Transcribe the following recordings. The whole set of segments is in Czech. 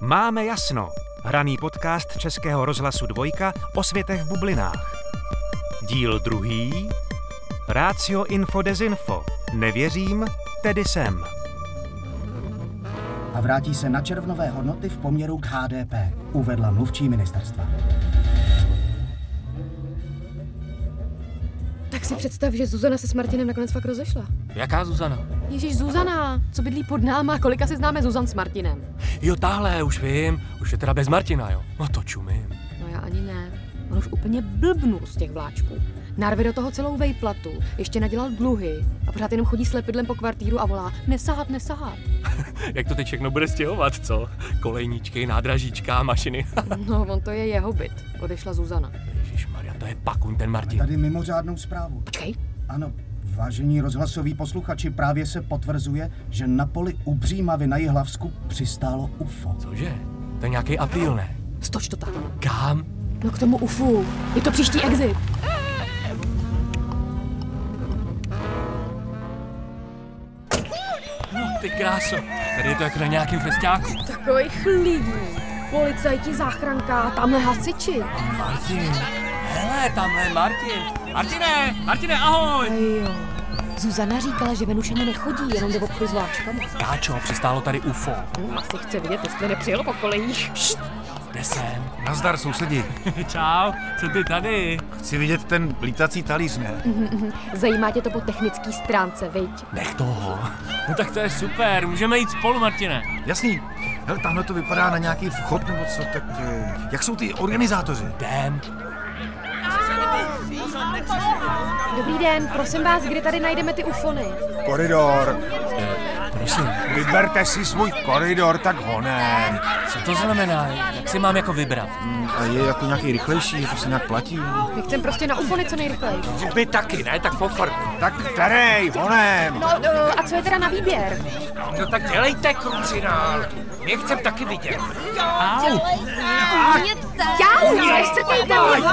Máme jasno. Hraný podcast Českého rozhlasu Dvojka o světech v bublinách. Díl druhý. Rácio Info Desinfo. Nevěřím, tedy jsem. a vrátí se na červnové hodnoty v poměru k HDP, uvedla mluvčí ministerstva. Tak si představ, že Zuzana se s Martinem nakonec fakt rozešla. Jaká Zuzana? Ježíš Zuzana, co bydlí pod náma, kolika si známe Zuzan s Martinem? Jo, tahle, už vím. Už je teda bez Martina, jo. No to čumím. No já ani ne. On už úplně blbnul z těch vláčků. Narve do toho celou vejplatu, ještě nadělal dluhy a pořád jenom chodí s lepidlem po kvartíru a volá nesahat, nesahat. Jak to teď všechno bude stěhovat, co? Kolejničky, nádražíčka, mašiny. No, on to je jeho byt, odešla Zuzana. Ježíš Maria, to je pakun ten Martin. Tady mimořádnou zprávu. Počkej, Ano, vážení rozhlasoví posluchači, právě se potvrzuje, že na poli u Břímavy na Jihlavsku přistálo UFO. Cože? To je nějaký apíl, ne? stoč to tam. Kam? No k tomu ufu, je to příští exit. No, ty kráso. Tady je to jak na nějakým festiáku. Takových lidí. Policajti, záchranka, tamhle hasiči. Martin. Hele, tamhle Martin. Martine, Martine, ahoj. Jo. Zuzana říkala, že ven už ani nechodí, jenom jde obchodu s vláčkama. Káčo, přistálo tady UFO. Hm, asi chce vidět, jestli nepřijelo po kolejích. Pšt, Jde sem. Nazdar sousedi, Čau, co ty tady? chci vidět ten lítací talíř, ne? Zajímá tě to po technické stránce, viď? Nech toho. No tak to je super, můžeme jít spolu, Martine. Jasný. Hele, tamhle to vypadá na nějaký vchod nebo co, tak eh, jak jsou ty organizátoři? Jdem. Dobrý den, prosím vás, kde tady najdeme ty ufony? Koridor. Prosím, Vyberte si svůj koridor, tak honem. co to znamená? Jak si mám jako vybrat? A je jako nějaký rychlejší, to se nějak platí. My chceme prostě na ufony co nejrychleji. My taky, ne? Tak pofr. Tak terej, honem. No eh, a co je teda na výběr? No tak dělejte krucinál. Je chcem taky vidět. Au, Já už, nestrkejte mě!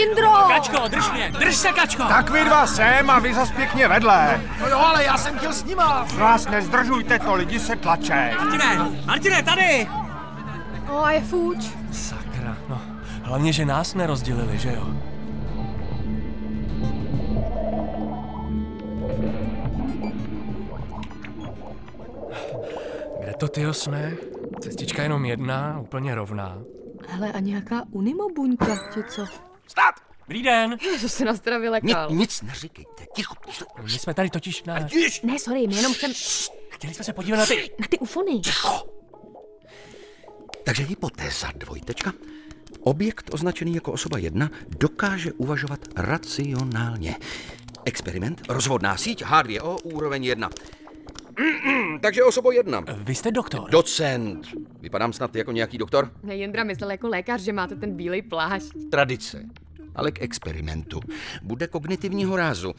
Jindro! kačko, drž mě, drž se, kačko. Tak vy dva sem a vy zas pěkně vedle. No jo, ale já jsem chtěl s nima. Vás nezdržujte to, lidi se tlačej. Martine, Martine, tady. O, a je fuč. Sakra, no. Hlavně, že nás nerozdělili, že jo? Kde to ty jsme? Cestička jenom jedna, úplně rovná. Hele, a nějaká unimobuňka, ti co? Stát! Dobrý den. To se nás teda vylekal. Nic neříkejte, ticho, ticho. My jsme tady totiž na... Již Ne, sorry, my jenom chcem Chtěli jsme se podívat na ty... na ty ufony. ticho. Takže hypotéza dvojtečka. Objekt označený jako osoba jedna dokáže uvažovat racionálně. Experiment, rozvodná síť H2O úroveň 1. Mm-mm, takže osoba jedna. Vy jste doktor? Docent. Vypadám snad jako nějaký doktor? Ne, Jindra myslel jako lékař, že máte ten bílej plášť. tradice, ale k experimentu. Bude kognitivního rázu.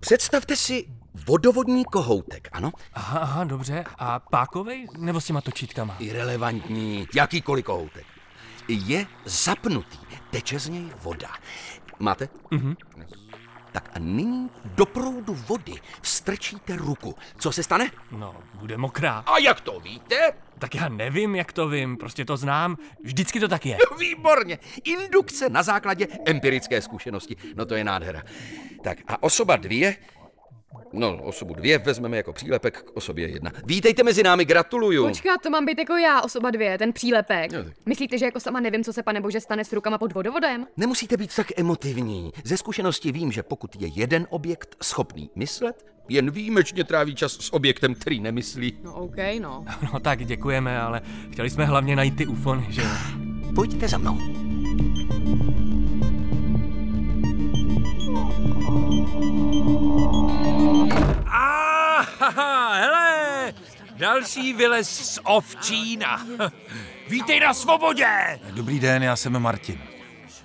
Představte si vodovodní kohoutek, ano? Aha, aha, dobře. A pákovej? Nebo s těma točítkama? Irrelevantní, jakýkoliv kohoutek. Je zapnutý, teče z něj voda. Máte? Mhm. Tak a nyní do proudu vody vstrčíte ruku. Co se stane? No, bude mokrá. A jak to víte? Tak já nevím, jak to vím, prostě to znám. Vždycky to tak je. Výborně! Indukce na základě empirické zkušenosti. No to je nádhera. Tak a osoba dvě... No, osobu dvě vezmeme jako přílepek k osobě jedna. Vítejte mezi námi, gratuluju. Počkat, to mám být jako já, osoba dvě, ten přílepek. Jo, tak. Myslíte, že jako sama nevím, co se pane bože stane s rukama pod vodovodem? Nemusíte být tak emotivní. Ze zkušenosti vím, že pokud je jeden objekt schopný myslet, jen výjimečně tráví čas s objektem, který nemyslí. No OK, no. No tak děkujeme, ale chtěli jsme hlavně najít ty ufony, že jo? Pojďte za mnou. Aha, hele, další vylez z ovčína. Vítej na svobodě! Dobrý den, já jsem Martin.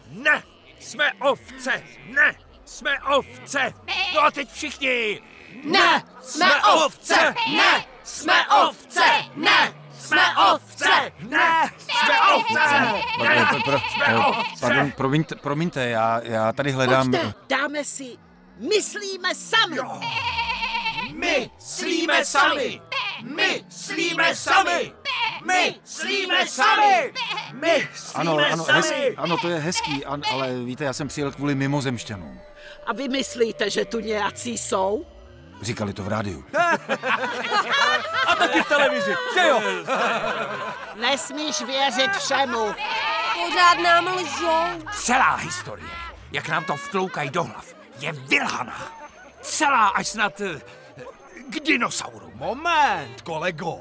Ne, jsme ovce, ne, jsme ovce. No a teď všichni. Ne, jsme ovce, ne, jsme ovce, ne, jsme ovce, ne, jsme ovce. Pardon, pro, pro, eh, pardon promiňte, promiňte já, já tady hledám... Pojďte, dáme si, myslíme sami. My slíme sami, my slíme sami. My slíme sami! My slíme Ano, ano, sami! hezký, ano, to je hezký, an, ale víte, já jsem přijel kvůli mimozemšťanům. A vy myslíte, že tu nějací jsou? Říkali to v rádiu. Taky v televizi, že jo? Nesmíš věřit všemu. Pořád nám lžou. Celá historie, jak nám to vtloukají do hlav, je vylhaná. Celá až snad eh, k dinosaurům. Moment, kolego.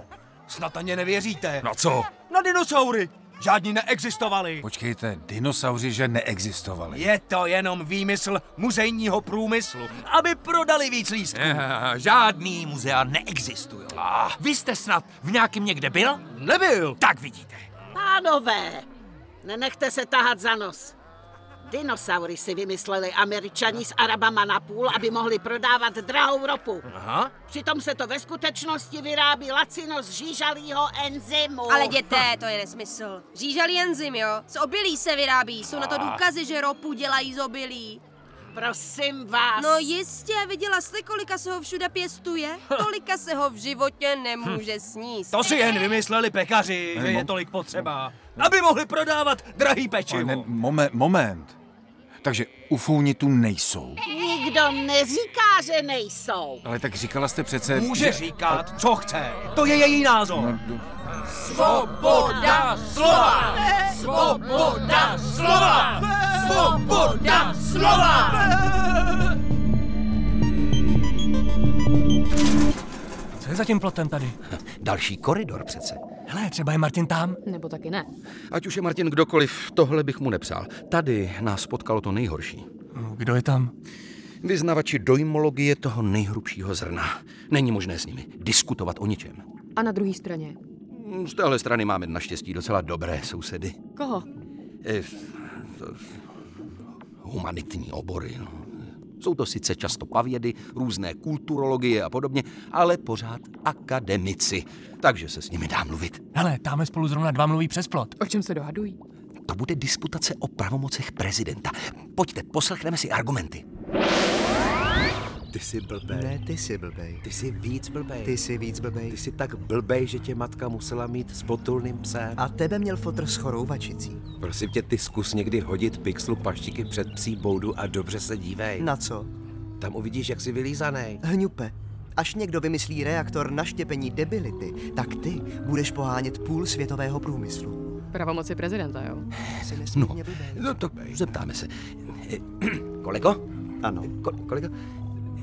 Snad ani nevěříte. No co? Na dinosaury. Žádní neexistovali. Počkejte, dinosauři, že neexistovali. Je to jenom výmysl muzejního průmyslu, aby prodali víc lístků. Eh, Žádný muzea neexistují. Vy jste snad v nějakém někde byl? Nebyl. Tak vidíte. Pánové, nenechte se tahat za nos. Dinosaury si vymysleli američani s Arabama na půl, aby mohli prodávat drahou ropu. Aha. Přitom se to ve skutečnosti vyrábí lacino z žížalího enzymu. Ale děté, to je nesmysl. Žížalí enzym, jo? Z obilí se vyrábí, jsou na to důkazy, že ropu dělají z obilí. Prosím vás. No jistě, viděla jste, kolika se ho všude pěstuje? Tolika se ho v životě nemůže sníst. To si jen vymysleli pekaři, že je tolik potřeba. Aby mohli prodávat drahý Ale ne, pečivo. momen, moment. Takže ufouni tu nejsou. Nikdo neříká, že nejsou. Ale tak říkala jste přece... Může říkat, co chce. To je její názor. Svoboda slova! Svoboda slova! Svoboda slova! Co je za tím plotem tady? Další koridor přece. Hele, třeba je Martin tam. Nebo taky ne. Ať už je Martin kdokoliv, tohle bych mu nepřál. Tady nás potkalo to nejhorší. Kdo je tam? Vyznavači dojmologie toho nejhrubšího zrna. Není možné s nimi diskutovat o ničem. A na druhé straně. Z téhle strany máme naštěstí docela dobré sousedy. Koho? Eh, to- Humanitní obory. No. Jsou to sice často pavědy, různé kulturologie a podobně, ale pořád akademici. Takže se s nimi dá mluvit. Hele, tam spolu zrovna dva mluví přes plot. O čem se dohadují? To bude disputace o pravomocech prezidenta. Pojďte, poslechneme si argumenty. Ty jsi blbej. Ne, ty jsi blbej. Ty jsi víc blbej. Ty jsi víc blbej. Ty jsi tak blbej, že tě matka musela mít s potulným psem. A tebe měl fotr s chorouvačicí. Prosím tě, ty zkus někdy hodit pixlu paštiky před psí boudu a dobře se dívej. Na co? Tam uvidíš, jak jsi vylízanej. Hňupe. Až někdo vymyslí reaktor na štěpení debility, tak ty budeš pohánět půl světového průmyslu. Pravomoci prezidenta, jo? No, no to zeptáme se. Eh, Kolego? Ano. Ko- kolega?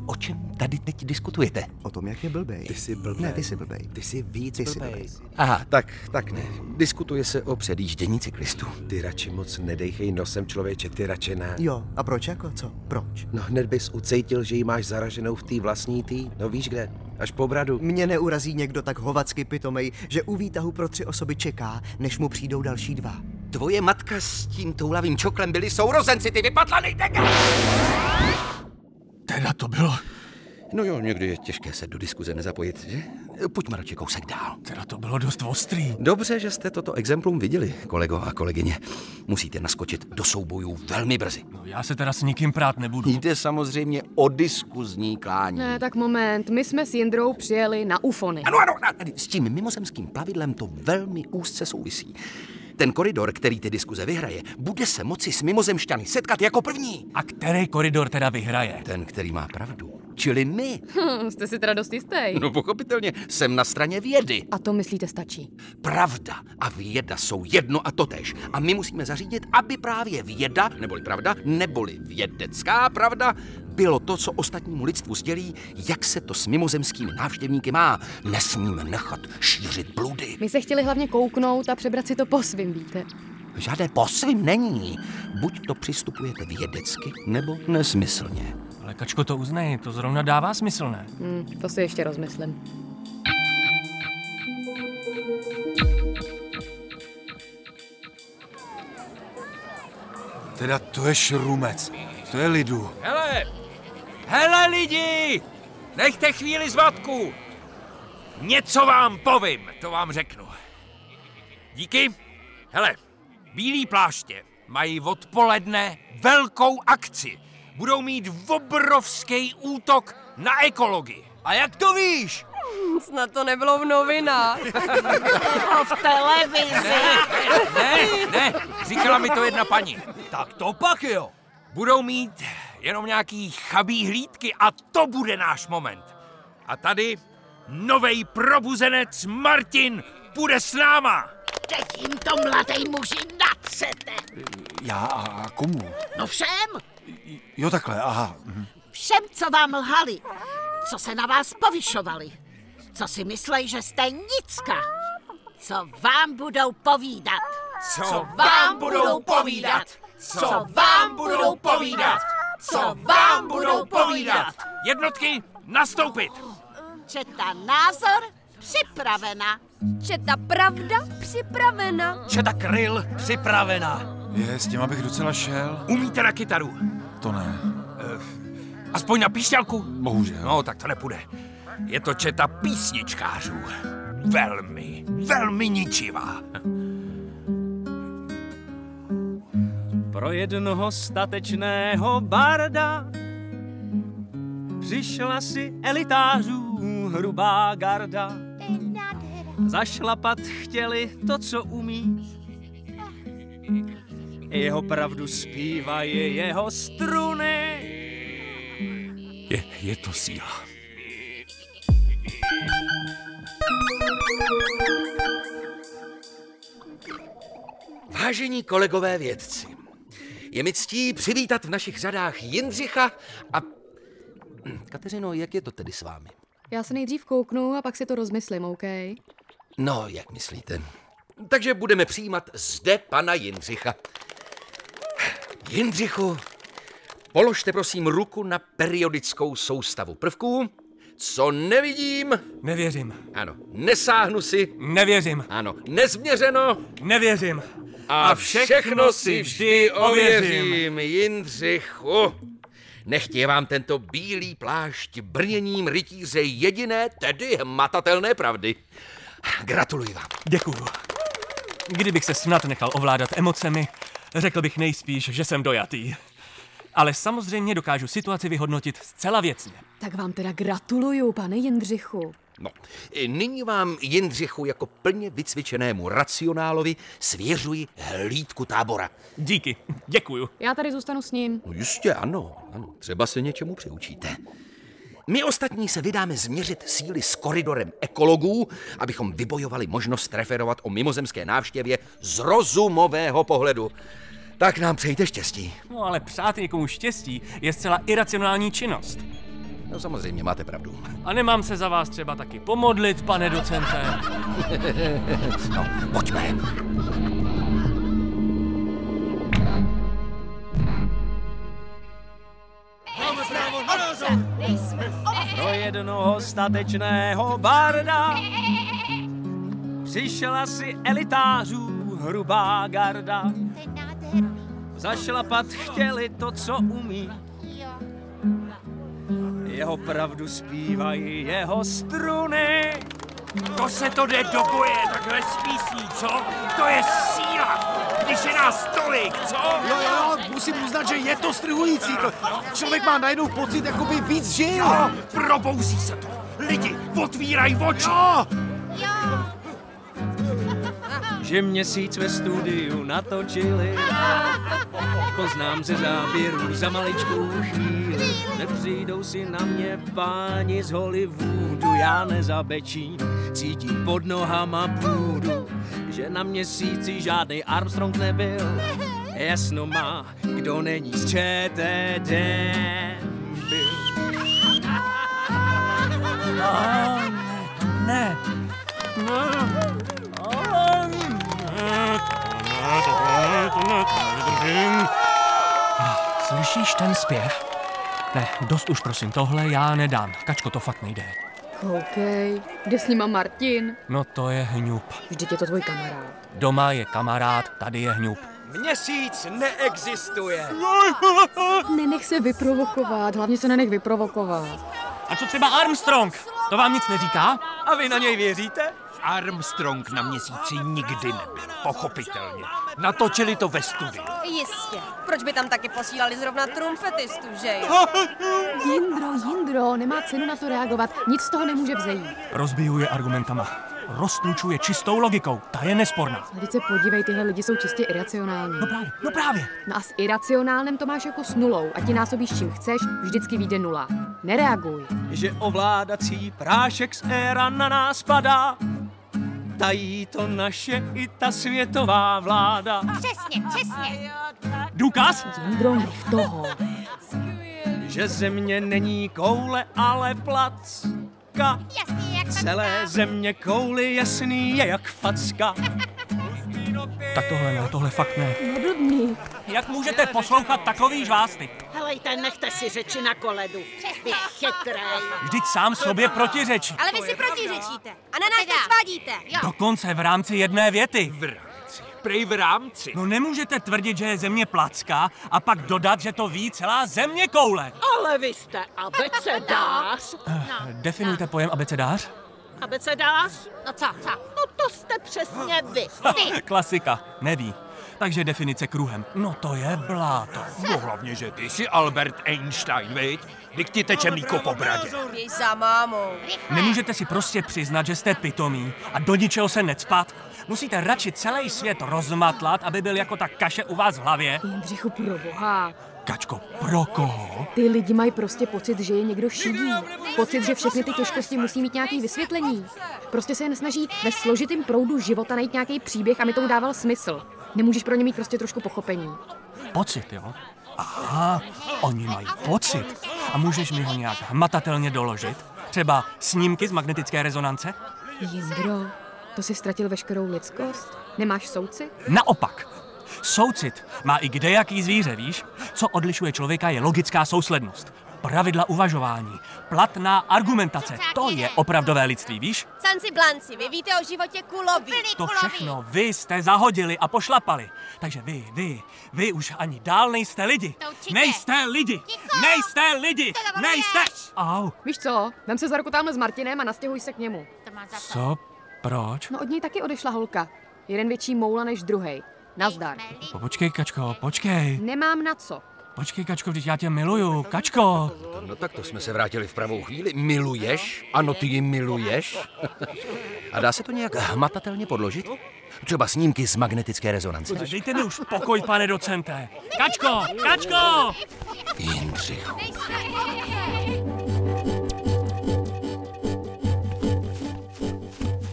O čem tady teď diskutujete? O tom, jak je blbej. Ty jsi blbej. Ne, ty jsi blbej. Ty jsi víc ty blbej. blbej. Aha, tak, tak ne. Diskutuje se o předjíždění cyklistů. Ty radši moc nedejchej nosem člověče, ty radši ne. Jo, a proč jako co? Proč? No hned bys ucejtil, že ji máš zaraženou v té vlastní tý, no víš kde, až po bradu. Mě neurazí někdo tak hovacky pitomej, že u výtahu pro tři osoby čeká, než mu přijdou další dva. Tvoje matka s tím toulavým čoklem byli sourozenci, ty vypadlaný dega! Teda to bylo, No jo, někdy je těžké se do diskuze nezapojit, že? Pojďme radši kousek dál. teda to bylo dost ostrý. Dobře, že jste toto exemplum viděli, kolego a kolegyně. Musíte naskočit do soubojů velmi brzy. No, já se teda s nikým prát nebudu. Jde samozřejmě o diskuzní klání. Ne, Eh, tak moment. My jsme s Jindrou přijeli na ufony. Ano, ano, ano, s tím mimozemským plavidlem to velmi úzce souvisí. Ten koridor, který ty diskuze vyhraje, bude se moci s mimozemšťany setkat jako první. A který koridor teda vyhraje? Ten, který má pravdu, čili my. Hm, Jste si teda dost jistý. No pochopitelně, jsem na straně vědy. A to myslíte stačí? Pravda a věda jsou jedno a totéž. A my musíme zařídit, aby právě věda, neboli pravda, neboli vědecká pravda, bylo to, co ostatnímu lidstvu sdělí, jak se to s mimozemskými návštěvníky má. Nesmíme nechat šířit bludy. My se chtěli hlavně kouknout a přebrat si to po svým, víte? Žádné posvím není. Buď to přistupujete vědecky, nebo nesmyslně. Ale Kačko to uznej, to zrovna dává smysl, ne? Hm, to si ještě rozmyslím. Teda to je šrumec. To je lidu. Hele! Hele lidi! Nechte chvíli zmatku! Něco vám povím, to vám řeknu. Díky. Hele, Bílý pláště mají odpoledne velkou akci. Budou mít obrovský útok na ekologii. A jak to víš? Snad to nebylo v novinách. A v televizi. Ne, ne, říkala mi to jedna paní. Tak to pak jo. Budou mít jenom nějaký chabí hlídky a to bude náš moment. A tady nový probuzenec Martin bude s náma. Teď jim to mladý muži natřete. Já a a komu? No všem, Jo, takhle, aha. mhm. všem, co vám lhali, co se na vás povyšovali, co si myslej, že jste nicka, co vám budou povídat. Co vám budou povídat? Co vám budou povídat? Co vám budou povídat? Jednotky, nastoupit. Četa názor připravena. Četa pravda připravena. Četa kryl připravena. Je, s těma bych docela šel. Umíte na kytaru? To ne. Aspoň na píšťalku? Bohužel. No, tak to nepůjde. Je to četa písničkářů. Velmi, velmi ničivá. Pro jednoho statečného barda přišla si elitářů hrubá garda. Zašlapat chtěli to, co umí. Jeho pravdu zpívají jeho struny. Je, je to síla. Vážení kolegové vědci, je mi ctí přivítat v našich řadách Jindřicha a... Hm, Kateřino, jak je to tedy s vámi? Já se nejdřív kouknu a pak si to rozmyslím, OK? No, jak myslíte? Takže budeme přijímat zde pana Jindřicha. Jindřichu, položte prosím ruku na periodickou soustavu prvků. Co nevidím? Nevěřím. Ano. Nesáhnu si. Nevěřím. Ano. Nezměřeno. Nevěřím. A, A všechno, všechno si si vždy vždy ověřím, Jindřichu. Nechtě vám tento bílý plášť brněním rytíře jediné, tedy hmatatelné pravdy. Gratuluji vám. Děkuju. Kdybych se snad nechal ovládat emocemi, řekl bych nejspíš, že jsem dojatý. Ale samozřejmě dokážu situaci vyhodnotit zcela věcně. Tak vám teda gratuluju, pane Jindřichu. No, nyní vám, Jindřichu, jako plně vycvičenému racionálovi svěřuji hlídku tábora. Díky, děkuju. Já tady zůstanu s ním. No jistě, ano, ano, třeba se něčemu přiučíte. My ostatní se vydáme změřit síly s koridorem ekologů, abychom vybojovali možnost referovat o mimozemské návštěvě z rozumového pohledu. Tak nám přejte štěstí. No ale přát někomu štěstí je zcela iracionální činnost. No samozřejmě, máte pravdu. A nemám se za vás třeba taky pomodlit, pane docente. No, pojďme. Pro jednoho statečného barda přišla si elitářů hrubá garda. Zašlapat chtěli to, co umí. Jeho pravdu zpívají jeho struny. To se to jde do boje, takhle s písní, co? To je síla, když je nás tolik, co? Jo, jo, musím uznat, že je to strhující. To člověk má najednou pocit, jako by víc žil. No, probouzí se to. Lidi, otvírají oči. Jo. Že měsíc ve studiu natočili, poznám ze záběrů za maličkou chvíli. Nepřijdou si na mě páni z Hollywoodu, já nezabečím, cítím pod nohama půdu. Že na měsíci žádný Armstrong nebyl, jasno má, kdo není z ČTD. Byl. A ne, ne. Ah, Slyšíš ten zpěv? Ne, dost už prosím, tohle já nedám. Kačko, to fakt nejde. Koukej, kde s ním Martin? No to je hňup. Vždyť je to tvůj kamarád. Doma je kamarád, tady je hňup. Měsíc neexistuje. Nenech se vyprovokovat, hlavně se nenech vyprovokovat. A co třeba Armstrong? To vám nic neříká? A vy na něj věříte? Armstrong na měsíci nikdy nebyl, pochopitelně. Natočili to ve studiu. Jistě. Proč by tam taky posílali zrovna trumfetistu, že jo? Jindro, Jindro, nemá cenu na to reagovat, nic z toho nemůže vzejít. Rozbiju je argumentama. Roztlučuje čistou logikou, ta je nesporná. Vždyť se podívej, tyhle lidi jsou čistě iracionální. No právě, no právě. No a s iracionálnem to máš jako s nulou. A ti násobíš čím chceš, vždycky vyjde nula. Nereaguj. že ovládací prášek z éra na nás padá. Tají to naše i ta světová vláda. Přesně, přesně. Důkaz? Jindro, toho. Že země není koule, ale placka. Jasný jak Celé země kouly jasný je jak facka. Tak tohle ne, tohle fakt ne. Neblbni. Jak můžete poslouchat takový žvásty? Helejte, nechte si řeči na koledu. Vy chytrej. Vždyť sám sobě protiřečí. Ale vy si protiřečíte a na nás to svádíte. Dokonce v rámci jedné věty. V rámci. Prej v rámci. No nemůžete tvrdit, že je země placká a pak dodat, že to ví celá země koule. Ale vy jste abecedář. Eh, Definujte pojem abecedář? Abecedář? No co, co? No to jste přesně vy. Klasika, neví. Takže definice kruhem. No to je bláto. No hlavně, že ty jsi Albert Einstein, viď? Dyk ti teče mlíko po bradě. Jej za mámou. Nemůžete si prostě přiznat, že jste pitomí a do ničeho se necpat. Musíte radši celý svět rozmatlat, aby byl jako ta kaše u vás v hlavě. Jindřichu, proboha. Kačko, pro koho? Ty lidi mají prostě pocit, že je někdo šidí. Pocit, že všechny ty těžkosti musí mít nějaký vysvětlení. Prostě se jen snaží ve složitém proudu života najít nějaký příběh, aby tomu dával smysl. Nemůžeš pro ně mít prostě trošku pochopení. Pocit, jo? Aha, oni mají pocit. A můžeš mi ho nějak hmatatelně doložit? Třeba snímky z magnetické rezonance? Jindro, to si ztratil veškerou lidskost? Nemáš souci? Naopak, soucit má i kdejaký zvíře, víš? Co odlišuje člověka je logická souslednost, pravidla uvažování, platná argumentace. To je opravdové lidství, víš? Sanci Blanci, vy víte o životě kulovi. To všechno vy jste zahodili a pošlapali. Takže vy, vy, vy už ani dál nejste lidi. Nejste lidi! Nejste lidi! Nejste! Au, Víš co, vem se za ruku tamhle s Martinem a nastěhuj se k němu. co? Proč? No od něj taky odešla holka. Jeden větší moula než druhý. Nazdar. Po- Počkej, Kačko, počkej. Nemám na co. Počkej, Kačko, vždyť já tě miluju. Kačko! No tak to jsme se vrátili v pravou chvíli. Miluješ? Ano, ty ji miluješ? A dá se to nějak hmatatelně podložit? Třeba snímky z magnetické rezonance. Dejte mi už pokoj, pane docente. Kačko, Kačko! Jindřichu.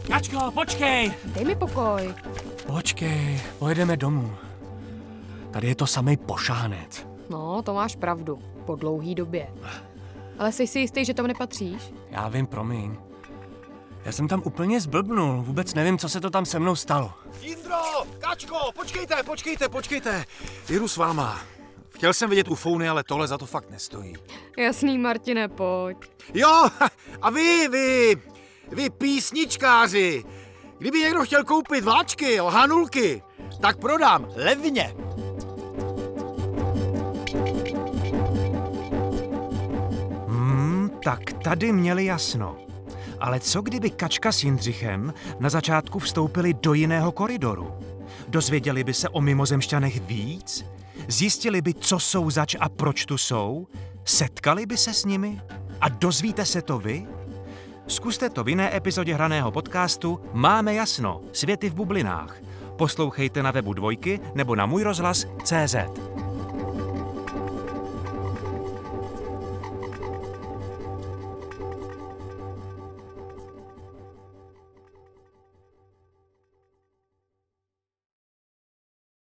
Kačko, počkej! Dej mi pokoj. Počkej, pojedeme domů. Tady je to samý pošánec. No, to máš pravdu. Po dlouhý době. Ale jsi si jistý, že tam nepatříš? Já vím, promiň. Já jsem tam úplně zblbnul, vůbec nevím, co se to tam se mnou stalo. Jindro, Kačko, počkejte, počkejte, počkejte. Jedu s váma. Chtěl jsem vidět ufouny, ale tohle za to fakt nestojí. Jasný, Martine, pojď. Jo, a vy, vy, vy písničkáři, kdyby někdo chtěl koupit vláčky, lhanulky, tak prodám levně. Hmm, tak tady měli jasno. Ale co kdyby Kačka s Jindřichem na začátku vstoupili do jiného koridoru? Dozvěděli by se o mimozemšťanech víc? Zjistili by, co jsou zač a proč tu jsou? Setkali by se s nimi? A dozvíte se to vy? Zkuste to v jiné epizodě hraného podcastu Máme jasno, světy v bublinách. Poslouchejte na webu dvojky nebo na můj rozhlas CZ.